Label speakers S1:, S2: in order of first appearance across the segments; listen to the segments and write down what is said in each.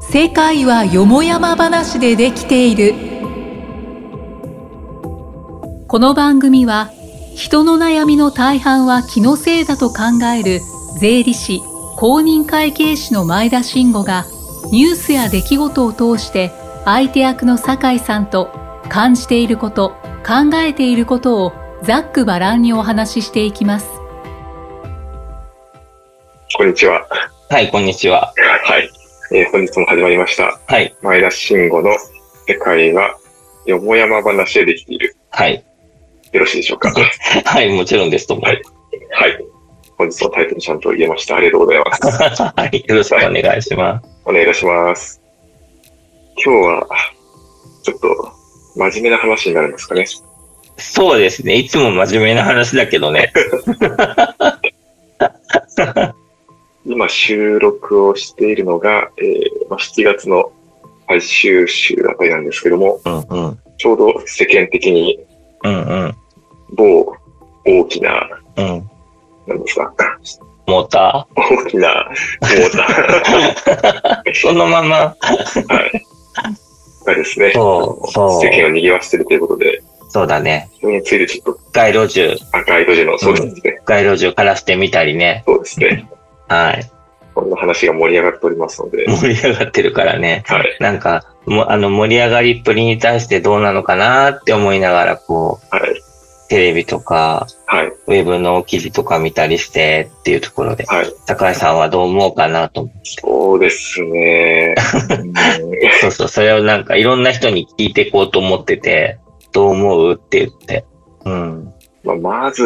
S1: 世界はよもやま話でできているこの番組は人の悩みの大半は気のせいだと考える税理士公認会計士の前田慎吾がニュースや出来事を通して相手役の酒井さんと感じていること考えていることをざっくばらんにお話ししていきます
S2: こんにちは。
S3: はい、こんにちは。
S2: はい。えー本日も始まりました。
S3: はい、
S2: 前田慎吾の世界はよもやま話でできている。
S3: はい。
S2: よろしいでしょうか。はい。
S3: はい、もちろんですとも。
S2: はい本日のタイトルちゃんと言えました。ありがとうございます。
S3: はい、よろしくお願いします。
S2: お願いいたします。今日は、ちょっと、真面目な話になるんですかね。
S3: そうですね、いつも真面目な話だけどね。
S2: 今収録をしているのが、えーまあ7月の最終週あたりなんですけども、
S3: うんうん。
S2: ちょうど世間的に
S3: うんうん。
S2: 某大きな、
S3: うん。
S2: なんですか、
S3: モータ
S2: 大きなモーター。
S3: ーそのまま。
S2: がですね、
S3: そう、そ
S2: 世間を
S3: う。
S2: 賑わしてるということで、
S3: そうだね。
S2: それについてちょっと
S3: 街路樹、
S2: 赤い路地の、そうですね、
S3: 街路樹枯らしてみたりね。
S2: そうですね、
S3: はい。
S2: こんな話が盛り上がっておりますので、
S3: 盛り上がってるからね。
S2: はい、
S3: なんか、もあの、盛り上がりっぷりに対してどうなのかなって思いながら、こう、
S2: はい、
S3: テレビとか、
S2: はい、
S3: ウェブの記事とか見たりしてっていうところで、
S2: はい、
S3: 高井さんはどう思うかなと思って。
S2: そうです ね、 うん
S3: そうそう、それをなんかいろんな人に聞いていこうと思ってて、どう思うって言って。うん。
S2: まあまず、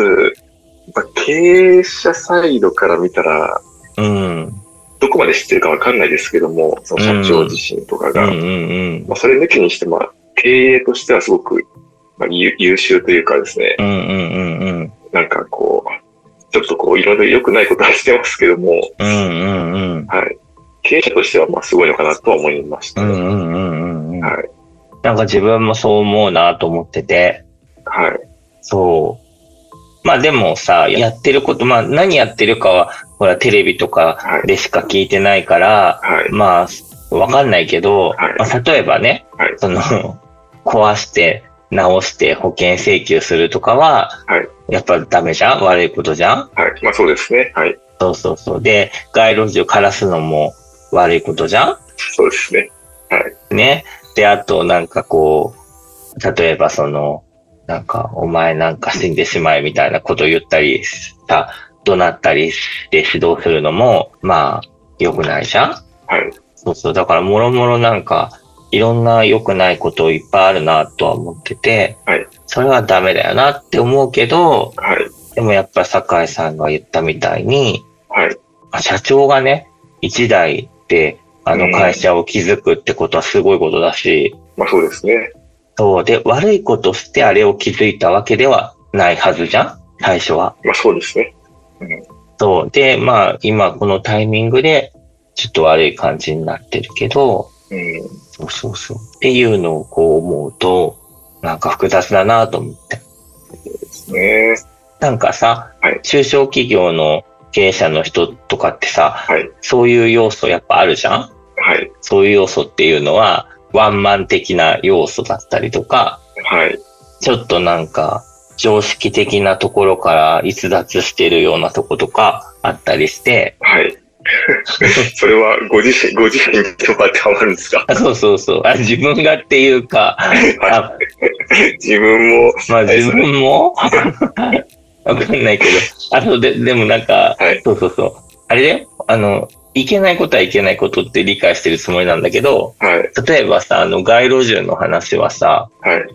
S2: まあ経営者サイドから見たら、
S3: うん。うん
S2: どこまで知ってるかわかんないですけども、その社長自身とか
S3: うん
S2: が、
S3: うん。
S2: まあ、それ抜きにして、まあ、経営としてはすごく、まあ、優優秀というかですね、
S3: うんうんうんうん。
S2: なんかこう、ちょっとこう、いろいろ良くないことはしてますけども、
S3: うんうんうん。
S2: はい。経営者としては、まあ、すごいのかなとは思いまし
S3: う
S2: た。
S3: んうんうんうん。
S2: はい。
S3: なんか自分もそう思うなと思ってて、
S2: はい。
S3: そう。まあでもさ、やってること、まあ何やってるかは、ほらテレビとか
S2: はい。
S3: でしか聞いてないから、
S2: はい。
S3: まあ、わかんないけど、
S2: はい
S3: まあ、例えばね、
S2: はい
S3: その、 壊して、直して保険請求するとかは、
S2: はい
S3: やっぱダメじゃん悪いことじゃん
S2: はい。まあ、そうですね。はい。
S3: そうそうそう。で、街路樹枯らすのも悪いことじゃ
S2: そうですね。
S3: んね。で、あと、なんかこう、例えばその、なんか、お前なんか死んでしまえみたいなこと言ったりさ、怒鳴ったりして指導するのも、まあ、良くないじゃん
S2: はい。
S3: そうそう。だから、もろもろなんか、いろんな良くないこといっぱいあるなとは思ってて、
S2: はい
S3: それはダメだよなって思うけど、
S2: はい。
S3: でもやっぱ酒井さんが言ったみたいに、
S2: はい。
S3: 社長がね、一代で、あ
S2: うん
S3: の会社を築くってことはすごいことだし、
S2: まあ、そうですね。
S3: そうで、悪いことしてあれを築いたわけではないはずじゃん最初は。
S2: まあ、そうですね。
S3: そう。で、まあ、今このタイミングで、ちょっと悪い感じになってるけど、
S2: うん。
S3: そうそうそう。っていうのをこう思うと、なんか複雑だなと思って。
S2: ですね。
S3: なんかさ、
S2: はい
S3: 中小企業の経営者の人とかってさ、
S2: はい
S3: そういう要素やっぱあるじゃん
S2: はい。
S3: そういう要素っていうのは、ワンマン的な要素だったりとか、
S2: はい。
S3: ちょっとなんか、常識的なところから逸脱してるようなとことかあったりして、
S2: はい。それは、ご自身、ご自身にどう当てはまるんですか
S3: あそうそうそうあ、自分がっていうか、
S2: は
S3: あ
S2: い。自分も、
S3: まあ自 分もわかんないけど。あとで、でもなんか、
S2: はい
S3: そうそうそう。あれだよあの、いけないことはいけないことって理解してるつもりなんだけど、
S2: はい。
S3: 例えばさ、あの、街路樹の話はさ、
S2: はい。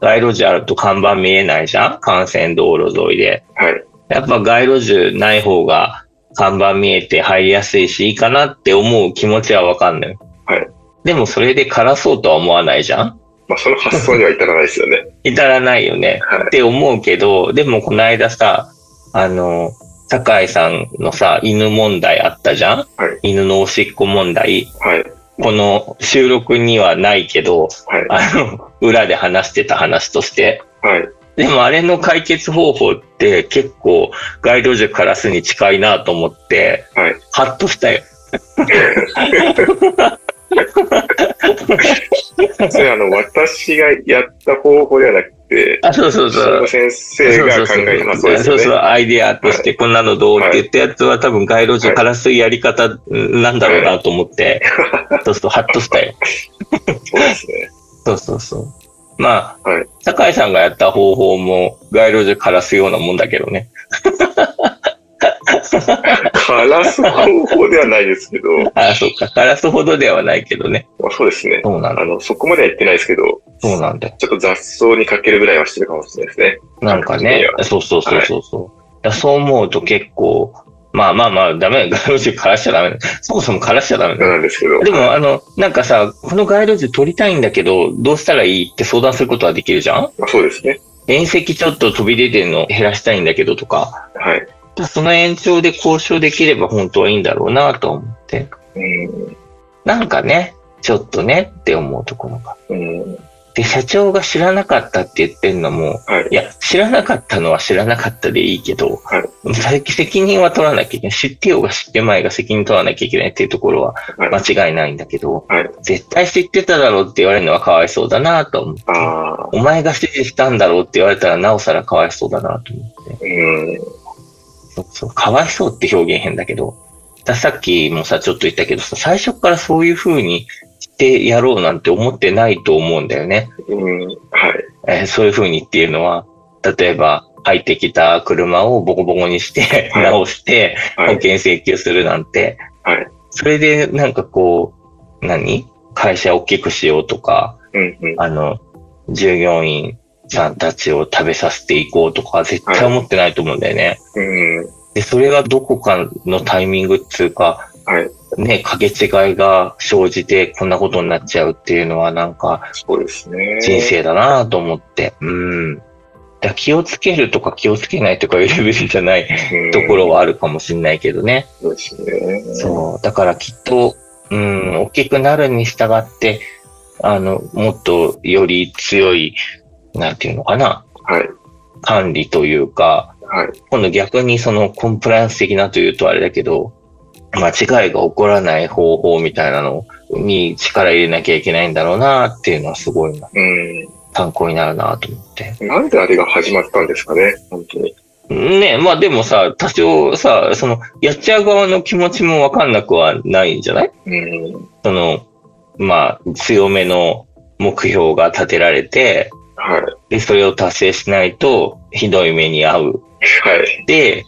S3: 街路樹あると看板見えないじゃん幹線道路沿いで。
S2: はい。
S3: やっぱ街路樹ない方が看板見えて入りやすいし、いいかなって思う気持ちはわかんない。
S2: はい。
S3: でもそれで枯らそうとは思わないじゃん
S2: まあ、その発想には至らないですよね。
S3: 至らないよね。
S2: はい
S3: って思うけど、でもこの間さ、あの、酒井さんのさ、犬問題あったじゃん、犬のおしっこ問題。
S2: はい。
S3: この収録にはないけど、
S2: はい。
S3: あの、裏で話してた話として。
S2: はい。
S3: でもあれの解決方法って結構街路樹枯らすに近いなと思って、
S2: はい
S3: ハッとしたよ。
S2: それあの、私がやった方法ではなくて、
S3: あ、そうそう
S2: そ
S3: そう
S2: の。先生が考えた発想です
S3: そう
S2: よ
S3: そう、
S2: ね。
S3: アイデアとしてこんなのどうっ
S2: はい
S3: て言ったやつは多分街路樹からすやり方なんだろうなと思って、そうするとハッとしたよ。
S2: そうですね。
S3: そうそうそう。まあ、
S2: はい
S3: 酒井さんがやった方法も街路樹からすようなもんだけどね。
S2: 枯らす方法ではないですけど、
S3: ああ、そうか。枯らすほどではないけどね。
S2: まあそうですね。
S3: そうなん
S2: あ
S3: だ。
S2: の、そこまでは言ってないですけど、
S3: そうなんだよ。
S2: ちょっと雑草にかけるぐらいはしてるかもしれないですね。
S3: なんかね。そうそうそうそうそう。いやそう思うと結構、まあまあまあ、ダメだよ。街路樹枯らしちゃダメだよ。そもそも枯らしちゃダメだよ。
S2: なんですけど。
S3: でも、あの、なんかさ、この街路樹取りたいんだけど、どうしたらいいって相談することはできるじゃん
S2: まあ、そうですね。
S3: 縁石ちょっと飛び出てんの減らしたいんだけどとか、
S2: はい。
S3: その延長で交渉できれば本当はいいんだろうなと思って。
S2: うん。
S3: なんかね、ちょっとねって思うところが。
S2: うん。
S3: で、社長が知らなかったって言ってんのも、
S2: はい
S3: い。や、知らなかったのは知らなかったでいいけど、
S2: は
S3: 責責任は取らなきゃいけない。知ってようが知ってまいが責任取らなきゃいけないっていうところは
S2: はい
S3: 間違いないんだけど、
S2: はい
S3: 絶対知ってただろうって言われるのはかわいそうだなと思う。
S2: ああ。
S3: お前が指示したんだろうって言われたらなおさらかわいそうだなと思って。
S2: うん。
S3: そうそう、かわいそうって表現変だけど、ださっきもさ、ちょっと言ったけどさ、最初からそういう風にしてやろうなんて思ってないと思うんだよね。
S2: うん。はい。
S3: えーそういう風にっていうのは、例えば入ってきた車をボコボコにして、
S2: はい
S3: 直して、保
S2: はい。
S3: 険請求するなんて、
S2: はい
S3: それでなんかこう、何会社大きくしようとか、
S2: うん。うん。
S3: あの、従業員さんたちを食べさせていこうとか、絶対思ってないと思うんだよね。
S2: うん。
S3: で、それがどこかのタイミングっていうか、
S2: はい
S3: ね、かけ違いが生じてこんなことになっちゃうっていうのはなんか、
S2: そうですね。
S3: 人。生だなぁと思って。うん。だから気をつけるとか気をつけないとかいう レベルじゃないところ
S2: は。
S3: はあるかもしれないけどね。
S2: そうですね。
S3: そう。だからきっと、うん、大きくなるに従って、あの、もっとより強い、なんていうのかな、
S2: はい。
S3: 管理というか、
S2: はい。
S3: 今度逆にそのコンプライアンス的なというとあれだけど、間違いが起こらない方法みたいなのに力入れなきゃいけないんだろうなっていうのはすごいな
S2: う
S3: 参考になるなと思って。
S2: ん。なんであれが始まったんですかね、本当に。
S3: ねえ、まあでもさ、多少さ、その、やっちゃう側の気持ちもわかんなくはないんじゃない
S2: うん。
S3: その、まあ、強めの目標が立てられて、
S2: はい。
S3: で、それを達成しないと、ひどい目に遭う。
S2: はい。
S3: で、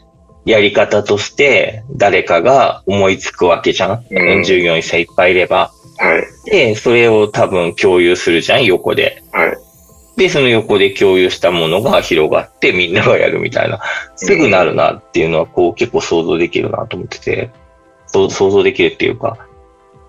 S3: やり方として、誰かが思いつくわけじゃん、
S2: うん
S3: 従業員さんいっぱいいれば。
S2: はい。
S3: で、それを多分共有するじゃん横で。
S2: はい。
S3: で、その横で共有したものが広がってみんながやるみたいな、すぐなるなっていうのはこう結構想像できるなと思ってて、そう想像できるっていうか、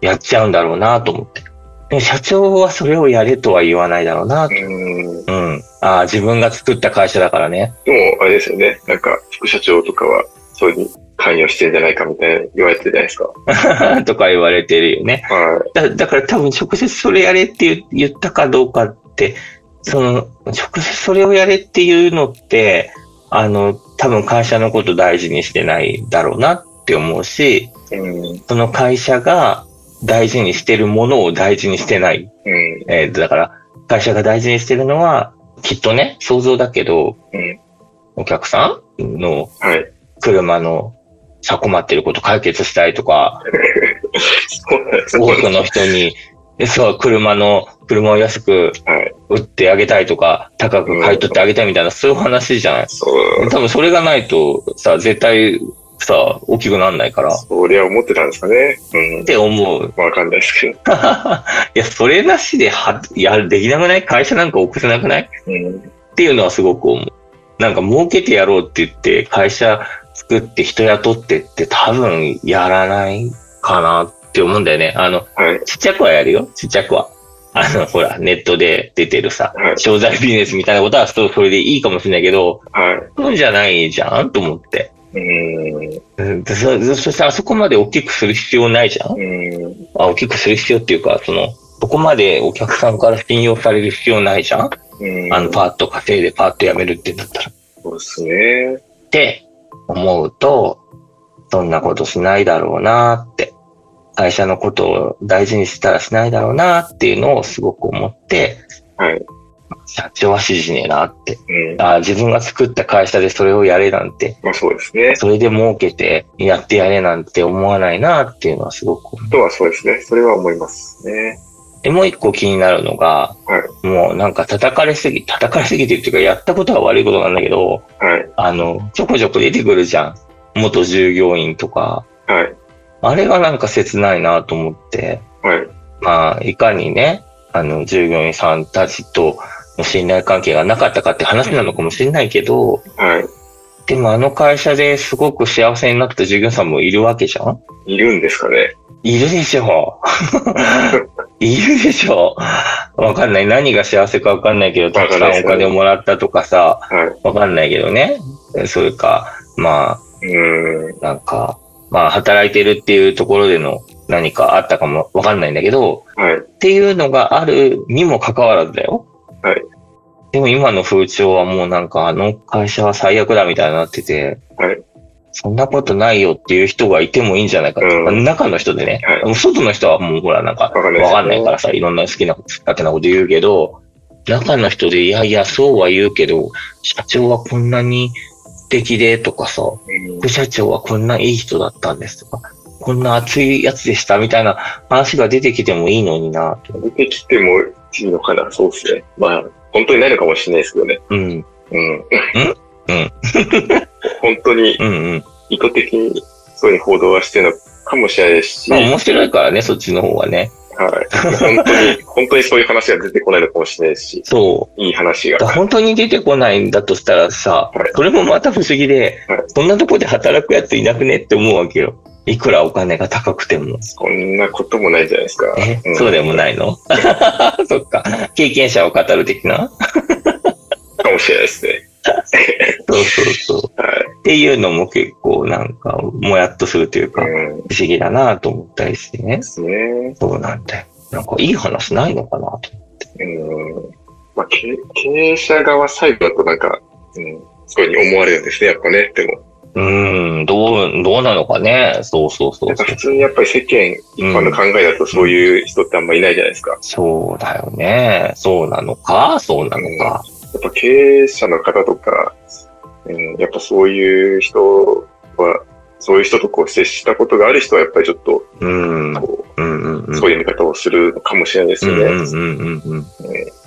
S3: やっちゃうんだろうなと思って。でも社長はそれをやれとは言わないだろうな。
S2: うん。
S3: うん。ああ、自分が作った会社だからね。
S2: でも、あれですよね。なんか、副社長とかは、そういう関与してんじゃないかみたいな言われてるじゃないですか。
S3: とか言われてるよね。
S2: は
S3: だだから多分直接それやれって言言ったかどうかって、その、直接それをやれっていうのって、あの、多分会社のこと大事にしてないだろうなって思うし、
S2: い。うん。
S3: その会社が大事にしてるものを大事にしてない。
S2: うん。
S3: えーだから、会社が大事にしてるのは、きっとね、想像だけど、
S2: うん
S3: お客さんの
S2: はい。
S3: 車のさ、困ってること解決したいとか、
S2: そうなんです
S3: 多くの人に、そう、車の、車を安く
S2: はい。
S3: 売ってあげたいとか、高く買い取ってあげたいみたいな、そういう話じゃない。
S2: そう。
S3: 多分それがないと、さ、絶対、さ、大きくならないから、っ
S2: そりゃ思ってたんですかね。うん。
S3: て思う。
S2: わかんないですけど。
S3: いや、それなしで、は、いや、できなくない会社なんか送せなくない
S2: うん。
S3: っていうのはすごく思う。なんか儲けてやろうって言って、会社作って人雇ってって多分やらないかなって思うんだよね。あの、
S2: はい。
S3: ちっちゃくはやるよ。ちっちゃくは。あの、ほら、ネットで出てるさ、
S2: はい。
S3: 商材ビジネスみたいなことはそうそれでいいかもしれないけど、
S2: は
S3: そうじゃないじゃんと思って。
S2: い。うん。
S3: うんでそそそしてあそこまで大きくする必要ないじゃん
S2: うん。
S3: あ、大きくする必要っていうか、その、そこまでお客さんから信用される必要ないじゃん、
S2: うん。
S3: あの、パーッと稼いでパーッと辞めるって言うんだったら。
S2: そうですね。
S3: って思うと、そんなことしないだろうなって。会社のことを大事にしたらしないだろうなっていうのをすごく思って、
S2: はい。
S3: 社長は指示ねえなって。
S2: うん。
S3: ああ、自分が作った会社でそれをやれなんて、
S2: まあそうですね。
S3: それで儲けてやってやれなんて思わないなっていうのはすごく思う。
S2: とはそうですね。それは思いますね。
S3: で、もう一個気になるのが、
S2: は
S3: もうなんか叩かれすぎ、叩かれすぎてるっていうか、やったことは悪いことなんだけど、
S2: はい。
S3: あの、ちょこちょこ出てくるじゃん。元従業員とか。
S2: はい。
S3: あれがなんか切ないなと思って。
S2: はい。
S3: まあ、いかにね、あの、従業員さんたちとの信頼関係がなかったかって話なのかもしれないけど、
S2: は
S3: でもあの会社ですごく幸せになった従業員さんもいるわけじゃん
S2: い。いるんですかね。
S3: いるでし ょいるでしょわかんない。何が幸せかわかんないけど、たくさんお金をもらったとかさ、
S2: は
S3: わかんないけどね。それか、まあ、
S2: い。うーん。
S3: なんか、まあ、働いてるっていうところでの何かあったかもわかんないんだけど、
S2: はい。
S3: っていうのがあるにもかかわらずだよ。
S2: はい。
S3: でも今の風潮はもうなんかあの会社は最悪だみたいになってて、
S2: はい。
S3: そんなことないよっていう人がいてもいいんじゃないかと。
S2: うん
S3: 中の人でね。
S2: はい
S3: もう外の人はもうほらなんか
S2: わかんないですよね
S3: わかんないからさ、いろんな好きな、好きなこと言うけど、中の人でいやいやそうは言うけど、社長はこんなに素敵でとかさ、
S2: うん
S3: 副社長はこんないい人だったんですとか、こんな熱いやつでしたみたいな話が出てきてもいいのになと。
S2: 出てきてもいいのかなそうですね。まあ、本当にないのかもしれないですけどね。
S3: うん、
S2: うん。
S3: うん。
S2: 本当に
S3: うん、うん。
S2: 意図的にそういう報道はしてるのかもしれないですし、
S3: まあ
S2: はい。
S3: 面白いからね、そっちの方はね。
S2: 本当に、本当にそういう話が出てこないのかもしれないですし、
S3: そ
S2: いい話
S3: う。
S2: が。
S3: だから本当に出てこないんだとしたらさ
S2: はい、
S3: それもまた不思議で
S2: はい、
S3: そんなとこで働くやついなくねって思うわけよ。いくらお金が高くても。
S2: こんなこともないじゃないですか。
S3: え、
S2: うん
S3: そうでもない のそっか。経験者を語る的な
S2: かもしれないですね。
S3: そうそうそう。
S2: はい。
S3: っていうのも結構なんか、もやっとするというか、
S2: うん。で
S3: 不思議だなと思ったりしてね。
S2: すね。
S3: そうなんだよ。なんかいい話ないのかなと。
S2: うん。まあ、経経営者側サイドだとなんか、うん、そういうふうに思われるんですね、やっぱね。でも、
S3: うーん、どう、どうなのかね。そうそうそ
S2: な
S3: うん
S2: か
S3: そう
S2: 普。通にやっぱり世間一般の考えだとそういう人ってあんまいないじゃないですか。
S3: そうだよね。そうなのかそうなのか。
S2: やっぱ経営者の方とか、うん、やっぱそういう人は、そういう人とこう接したことがある人はやっぱりちょっと
S3: うん。うん
S2: こ
S3: うんう
S2: う、
S3: ん。
S2: そういう見方をするのかもしれないです
S3: うん
S2: よ
S3: うん
S2: ね。
S3: うんうんうん。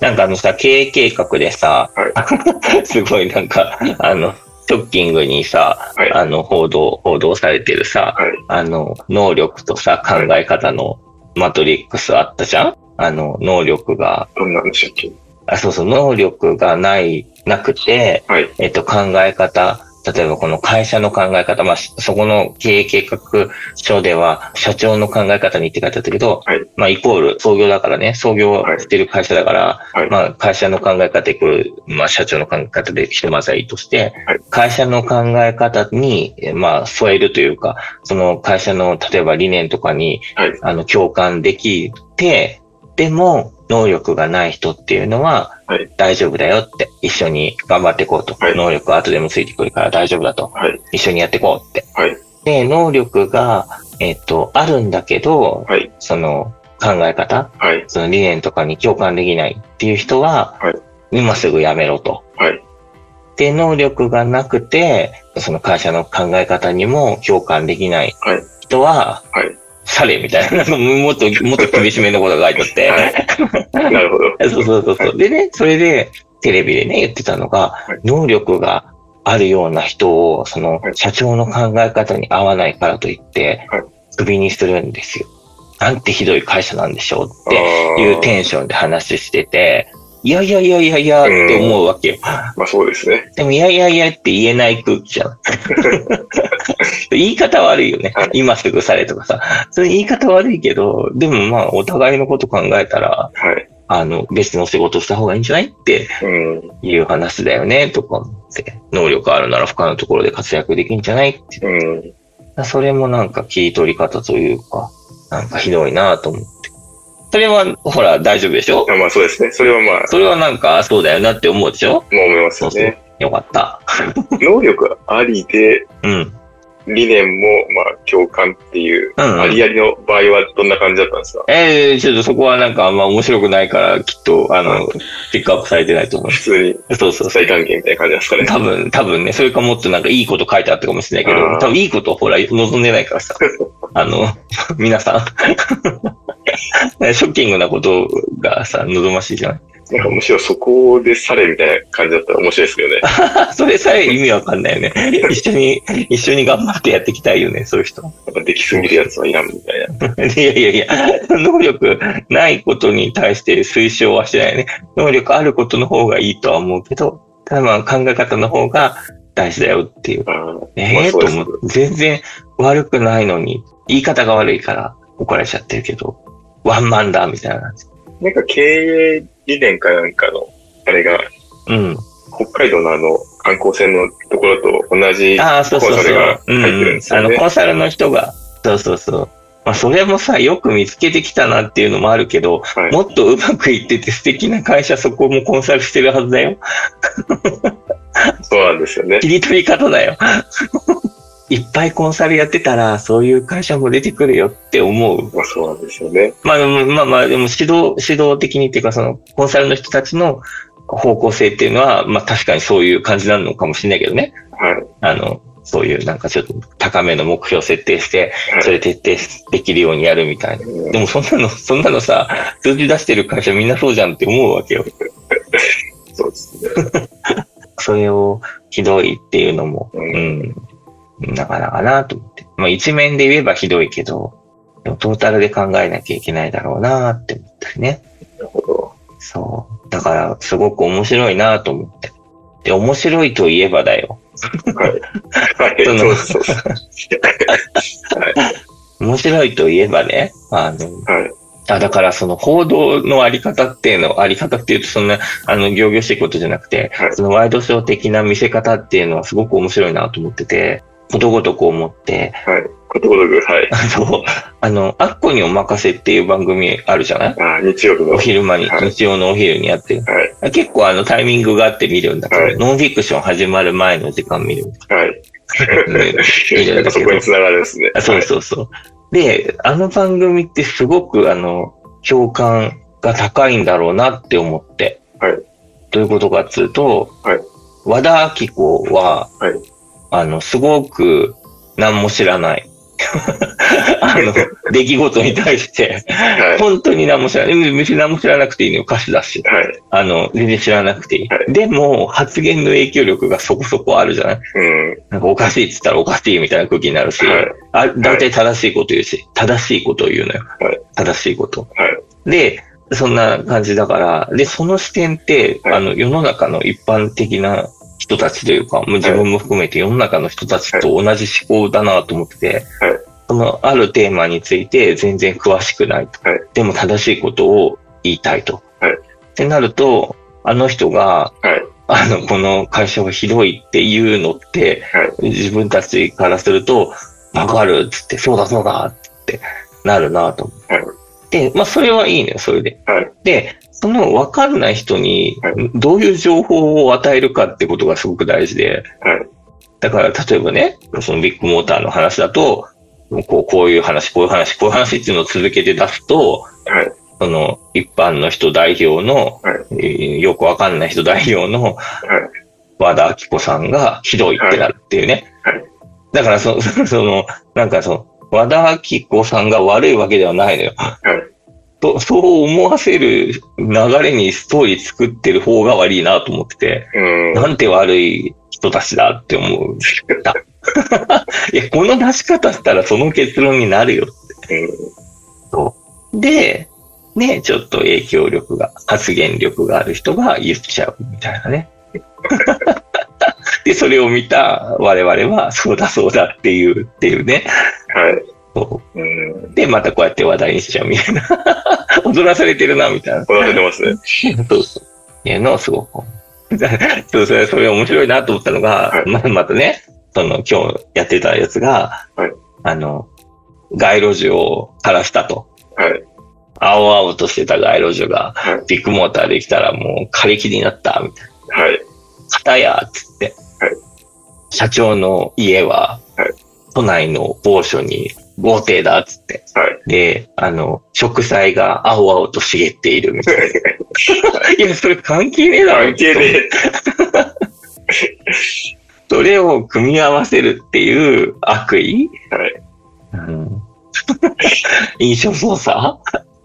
S3: なんかあのさ、経営計画でさ、 すごいなんか、あの、ショッキングにさ、
S2: はい
S3: あの、報道、報道されてるさ、
S2: はい
S3: あの、能力とさ、考え方のマトリックスあったじゃんあの、能力が
S2: どんなんでしたっけ
S3: あそうそう、能力がない、なくて、
S2: はい
S3: えっと、考え方、例えばこの会社の考え方、まあ、そそこの経営計画書では、社長の考え方にって書いてあったけど、
S2: はい
S3: まあ、イコール、創業だからね、創業してる会社だから、
S2: はい
S3: まあ、会社の考え方イコール、まあ、社長の考え方でひとまずはいいとして、
S2: はい
S3: 会社の考え方に、えまあ、添えるというか、その会社の、例えば理念とかに、
S2: はい
S3: あの、共感できて、でも、能力がない人っていうのは
S2: はい、
S3: 大丈夫だよって、一緒に頑張っていこうと。
S2: はい
S3: 能力は後でもついてくるから大丈夫だと。
S2: はい。
S3: 一緒にやっていこうって。
S2: はい
S3: で、能力が、えっと、あるんだけど、
S2: はい
S3: その、考え方、
S2: はい。
S3: その理念とかに共感できないっていう人は、
S2: はい
S3: 今すぐやめろと。
S2: はい。
S3: で、能力がなくて、その会社の考え方にも共感できない
S2: はい
S3: 人は、
S2: はい
S3: 去れみたいな、 なんかもっと、もっと厳しめのことが書いてあって。
S2: なるほど。
S3: そうそうそうそう。でね、それで、テレビでね、言ってたのが、
S2: い
S3: 能力があるような人を、その
S2: は、い
S3: 社長の考え方に合わないからといって
S2: はい、
S3: クビにするんですよ。なんてひどい会社なんでしょうって
S2: あ
S3: い
S2: ー
S3: うテンションで話してて、いやいやいやいやいやって思うわけよ。
S2: まあそうですね。
S3: でも、いやいやいやって言えない空気じ ゃん。言い方悪いよね
S2: はい。
S3: 今すぐされとかさ。それ言い方悪いけど、でもまあ、お互いのこと考えたら、
S2: はい。
S3: あの、別の仕事した方がいいんじゃないって
S2: うん。
S3: いう話だよね、とか思って。能力あるなら他のところで活躍できんじゃないって。
S2: うん。
S3: それもなんか切り取り方というか、なんかひどいなと思って。それは、ほら、大丈夫でしょ
S2: あまあそうですね。それはまあ、
S3: それはなんか、そうだよなって思うでしょ
S2: もう思います
S3: そ
S2: よ
S3: うそう
S2: ね。。
S3: よかった。
S2: 能力ありで、
S3: うん。
S2: 理念も、まあ、共感っていう、
S3: うん
S2: ありありの場合はどんな感じだったんですか
S3: ええちょっとそこはなんかあんま面白くないから、きっと、あの、ピックアップされてないと思いま
S2: 普通に、
S3: す。そうそうそう
S2: 再。関係みたいな感じなんですかね。
S3: 多分、多分ね、それかもっとなんかいいこと書いてあったかもしれないけ
S2: う
S3: ど、
S2: ん
S3: 多分いいことをほら、望んでないからさ。あの、皆さん。 ショッキングなことがさ、望ましいじゃない。
S2: なんかむしろそこでされみたいな感じだったら面白いですけどね。
S3: あ それさえ意味わかんないよね。一緒に、一緒に頑張ってやっていきたいよね、そういう人。
S2: なんかできすぎるやつはいらんみたいな。
S3: いやいやいや、能力ないことに対して推奨はしてないね。能力あることの方がいいとは思うけど、ただまあ考え方の方が大事だよっていう。
S2: あーまあ
S3: ええ
S2: そう
S3: と
S2: です
S3: 思う。全然悪くないのに、言い方が悪いから怒られちゃってるけど、ワンマンだみたいな感じ。
S2: なんか経営理念かなんかの、あれが、
S3: うん。
S2: 北海道のあの、観光船のところと同じ、
S3: ああ、そうそう
S2: コンサ
S3: そう。
S2: ルが
S3: う
S2: 入ってるんですよね
S3: あの、コンサルの人が、そうそうそう。まあ、それもさ、よく見つけてきたなっていうのもあるけど、
S2: はい
S3: もっとうまくいってて素敵な会社、そこもコンサルしてるはずだよ。
S2: そうなんですよね
S3: 切。り取り 方だよ。いっぱいコンサルやってたら、そういう会社も出てくるよって思う。
S2: まあそうなんですよね。
S3: まあ、でもまあまあ、でも指導、指導的にっていうか、その、コンサルの人たちの方向性っていうのは、まあ確かにそういう感じなのかもしれないけどね。
S2: はい。
S3: あの、そういうなんかちょっと高めの目標設定して、
S2: はい
S3: それ徹底できるようにやるみたいな。
S2: うん
S3: でもそんなの、そんなのさ、数字出してる会社みんなそうじゃんって思うわけよ。
S2: そうですね。
S3: それをひどいっていうのも、
S2: う
S3: うん、なかなかなと思って。まあ一面で言えばひどいけど、でもトータルで考えなきゃいけないだろうなって思ったりね。
S2: なるほど。
S3: そう。だからすごく面白いなと思って。で、面白いといえばだよ。
S2: はい。はい。
S3: その
S2: そうそうそう。
S3: 面白いといえばね、あの、
S2: はい。
S3: あ、だからその報道のあり方っていうの、あり方っていうとそんな、あの、行々しいことじゃなくて、
S2: はい
S3: そのワイドショー的な見せ方っていうのはすごく面白いなと思ってて、ことごとく思って、
S2: はい。ことごとく、はい。
S3: あ の、あの、アッコにお任せっていう番組あるじゃない
S2: あー日曜日の。
S3: お昼間に、
S2: はい
S3: 日曜のお昼にやってる。
S2: はい。
S3: 結構あのタイミングがあって見るんだけど、
S2: はい
S3: ノンフィクション始まる前の時間見る。
S2: はい。
S3: ね
S2: なんかそこに繋がるんですね。
S3: あそうそうそう。で、あの番組ってすごくあの、共感が高いんだろうなって思って。
S2: はい
S3: どういうことかっつうと、
S2: はい
S3: 和田明子は、
S2: はい
S3: あの、すごく何も知らない。 あ の、出来事に対して、
S2: はい。はい。
S3: 本当に何も知らない。別に何も知らなくていいのよ、歌手だし。
S2: はい。
S3: あの、全然知らなくていい。
S2: はい
S3: でも、発言の影響力がそこそこあるじゃない
S2: うん。
S3: なんかおかしいって言ったらおかしいみたいな空気になるし、
S2: はい。
S3: あ、大体正しいこと言うし、正しいことを言うのよ。
S2: はい
S3: 正しいこと。
S2: はい
S3: で、そんな感じだから、で、その視点って、
S2: はい
S3: あの、世の中の一般的な人たちというか、もう自分も含めて世の中の人たちと同じ思考だなと思ってて、
S2: はい
S3: その、あるテーマについて全然詳しくないと。
S2: はい
S3: でも正しいことを言いたいと。
S2: はい
S3: ってなると、あの人が、
S2: はい
S3: あの、この会社はひどいっていうのって、
S2: はい
S3: 自分たちからすると、わかるっつって、そうだそうだってなるなと思って。
S2: はい
S3: で、まあそれはいいのよ、それで。
S2: はい
S3: で、そのわかんない人に
S2: は、
S3: どういう情報を与えるかってことがすごく大事で、
S2: はい。
S3: だから例えばね、そのビッグモーターの話だと、こうこういう話、こういう話、こういう話っていうのを続けて出すと、
S2: はい。
S3: その一般の人代表の、
S2: はい
S3: えーよくわかんない人代表
S2: はい。
S3: の和田明子さんがひどいってなるっていうね。
S2: はいはい
S3: だからそ、 そその、なんかその、和田明子さんが悪いわけではないのよ。
S2: い
S3: とそう思わせる流れにストーリー作ってる方が悪いなと思ってて、
S2: うん。
S3: なんて悪い人たちだって思う。 いや、この出し方したらその結論になるよ。で、ね、ちょっと影響力が、発言力がある人が言っちゃうみたいなね。 で、それを見た我々は、そうだそうだっていう、っていうね。
S2: はい。
S3: そ
S2: うん。
S3: うで、またこうやって話題にしちゃうみたいな。 踊らされてるな、みたいな。
S2: 踊らせてますね。
S3: そうそう。っていうのをすごく。 そうそれ、それ面白いなと思ったのが、
S2: はい
S3: ままたね、その今日やってたやつが、
S2: はい
S3: あの、街路樹を枯らしたと。
S2: はい。
S3: 青々としてた街路樹が
S2: はい、
S3: ビッグモーターできたらもう枯れ木になった、みたいな。
S2: はい。
S3: 片や、つって
S2: はい。
S3: 社長の家は
S2: はい、
S3: 都内の某所に豪邸だっつって。
S2: はい。
S3: で、あの、植栽が青々と茂っているみたいな。いや、それ関係ねえだろ。
S2: 関係で、
S3: それを組み合わせるっていう悪意、
S2: はい
S3: うん、 印象操作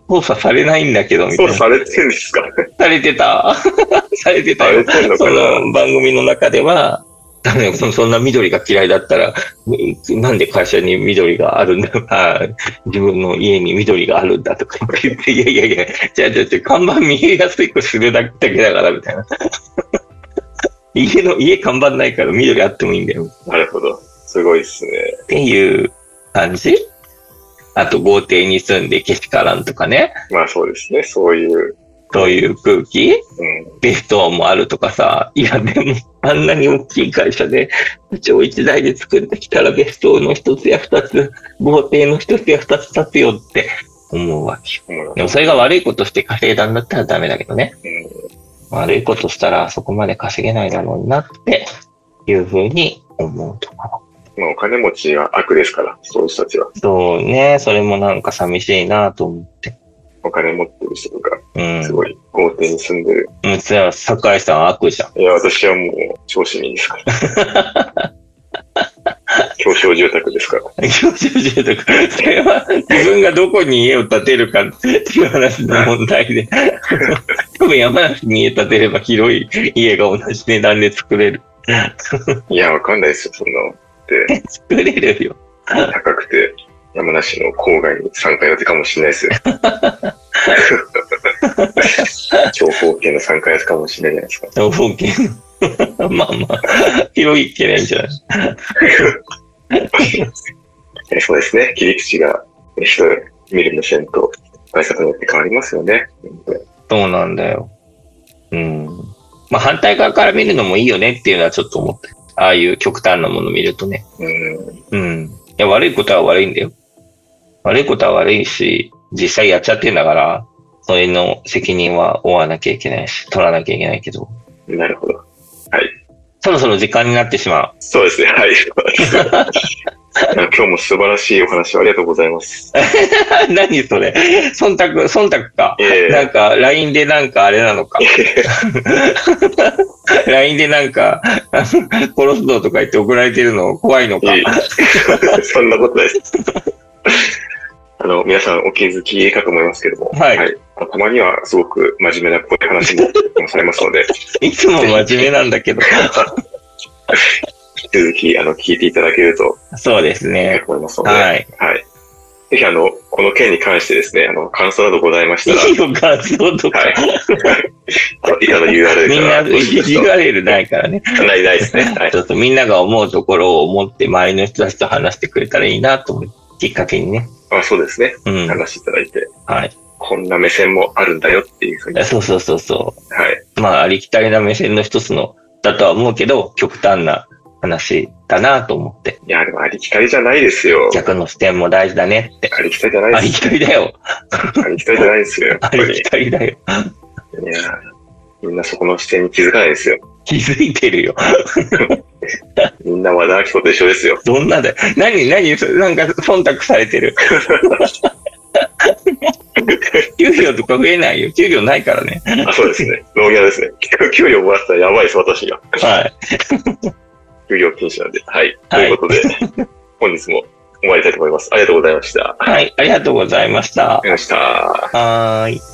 S3: 操作されないんだけど、みた
S2: そ
S3: い
S2: う
S3: な。
S2: されてるんですか
S3: されてた されてたよ。
S2: されてんの
S3: そ
S2: かな
S3: の番組の中では、だめよそそんな緑が嫌いだったら、うんなんで会社に緑があるんだ あ自分の家に緑があるんだとか言って、いやいやいや、じゃあじゃあじゃあ看板見えやすくするだけだから、みたいな。 家の、家看板ないから緑あってもいいんだよ。
S2: なるほど。すごいですね。
S3: っていう感じあと、豪邸に住んでけしからんとかね。
S2: まあそうですね。そういう。
S3: そういう空気
S2: うん。
S3: ベストもあるとかさ、いやでも、あんなに大きい会社で、部長一台で作ってきたらベストの一つや二つ、豪邸の一つや二つ立つよって思うわけよ。
S2: 思う
S3: でもそれが悪いことして稼いだんだったらダメだけどね。
S2: うん
S3: 悪いことしたらそこまで稼げないだろうなっていうふうに思うとか。
S2: まあお金持ちは悪ですから、そういう人たちは。
S3: そうね、それもなんか寂しいなと思って。
S2: お金持ってる人とか、
S3: うん。
S2: すごい豪邸に住んでる。
S3: むつや、酒井さん悪じゃん。
S2: いや、私はもう、超市民ですから。 狭小住宅ですから。
S3: 教習所とか、それは自分がどこに家を建てるかっていう話の問題で、 多分山梨に家建てれば広い家が同じ値段で作れる。
S2: いや、わかんないですよ、そんなの。で、
S3: 作れるよ。
S2: 高くて、山梨の郊外に3階建てかもしれないですよ。長方形の3階建てかもしれないじゃないですか。
S3: 長方形の。 まあまあ、広いけりゃいいんじゃない
S2: えそうですね、切り口がえ人を見る目線と、対策によって変わりますよね。
S3: そうなんだよ。うん。まあ反対側から見るのもいいよねっていうのはちょっと思って。ああいう極端なもの見るとね。
S2: うん、
S3: うん。いや、悪いことは悪いんだよ。悪いことは悪いし、実際やっちゃってんだから、それの責任は負わなきゃいけないし、取らなきゃいけないけど、
S2: なるほど。
S3: そろそろ時間になってしまう。
S2: そうですね、はい。 今日も素晴らしいお話をありがとうございます。
S3: 何それ忖度、忖度か。
S2: ええ
S3: なんか、LINE でなんかあれ なのか。LINE でなんか、あの殺すぞとか言って送られてるの怖いのか。
S2: いえいえ そんなことないです。あの、皆さんお気づきかと思いますけども、
S3: はい
S2: たまにはすごく真面目なこういう話もされますので、
S3: いつも真面目なんだけど。
S2: 引き続き、あの、聞いていただけると
S3: そうです
S2: いい
S3: ね。
S2: と思いますので、
S3: はい。
S2: はい。ぜひ、あの、この件に関してですね、あの、感想などございましたら、
S3: いいのか、そうとか。
S2: はい。以下の URL
S3: みん
S2: か
S3: な
S2: らご視聴くだ
S3: URL ないからね。
S2: さい。ないないですね。はい
S3: ち。ょっとみんなが思うところを思って周りの人たちと話してくれたらいいなと思う。きっかけにね。
S2: あそうですね。
S3: うん。
S2: 話していただいて、
S3: はい。
S2: こんな目線もあるんだよっていうふうに。はい。
S3: そうそうそうそう。まあ、ありきたりな目線の一つの、だとは思うけど、極端な話だなと思って。
S2: いや、でもありきたりじゃないですよ。
S3: 逆の視点も大事だねって。
S2: ありきたりじゃな
S3: あ
S2: いで
S3: り
S2: す。
S3: きたりだよ。
S2: ありきたりじゃない ですよ。やっぱ
S3: あり
S2: り。
S3: きたりだよ。
S2: いや、みんなそこの視点に気づかないですよ。
S3: 気づいてるよ。
S2: みんな和田明子と一緒ですよ。
S3: どんなだよ。何、何、そなんか忖度されてる。 給料とか増えないよ。給料ないからね。
S2: あ、そうです ね。農業ですね。給料もらったらやばいです、私が。
S3: はい。
S2: 給料禁止なんで。はい。と
S3: はい
S2: いうことで、 本日も終わりたいと思います。ありがとうございました。ありがとう
S3: はい、ありがとうございました
S2: ご。ざいました。
S3: はーい。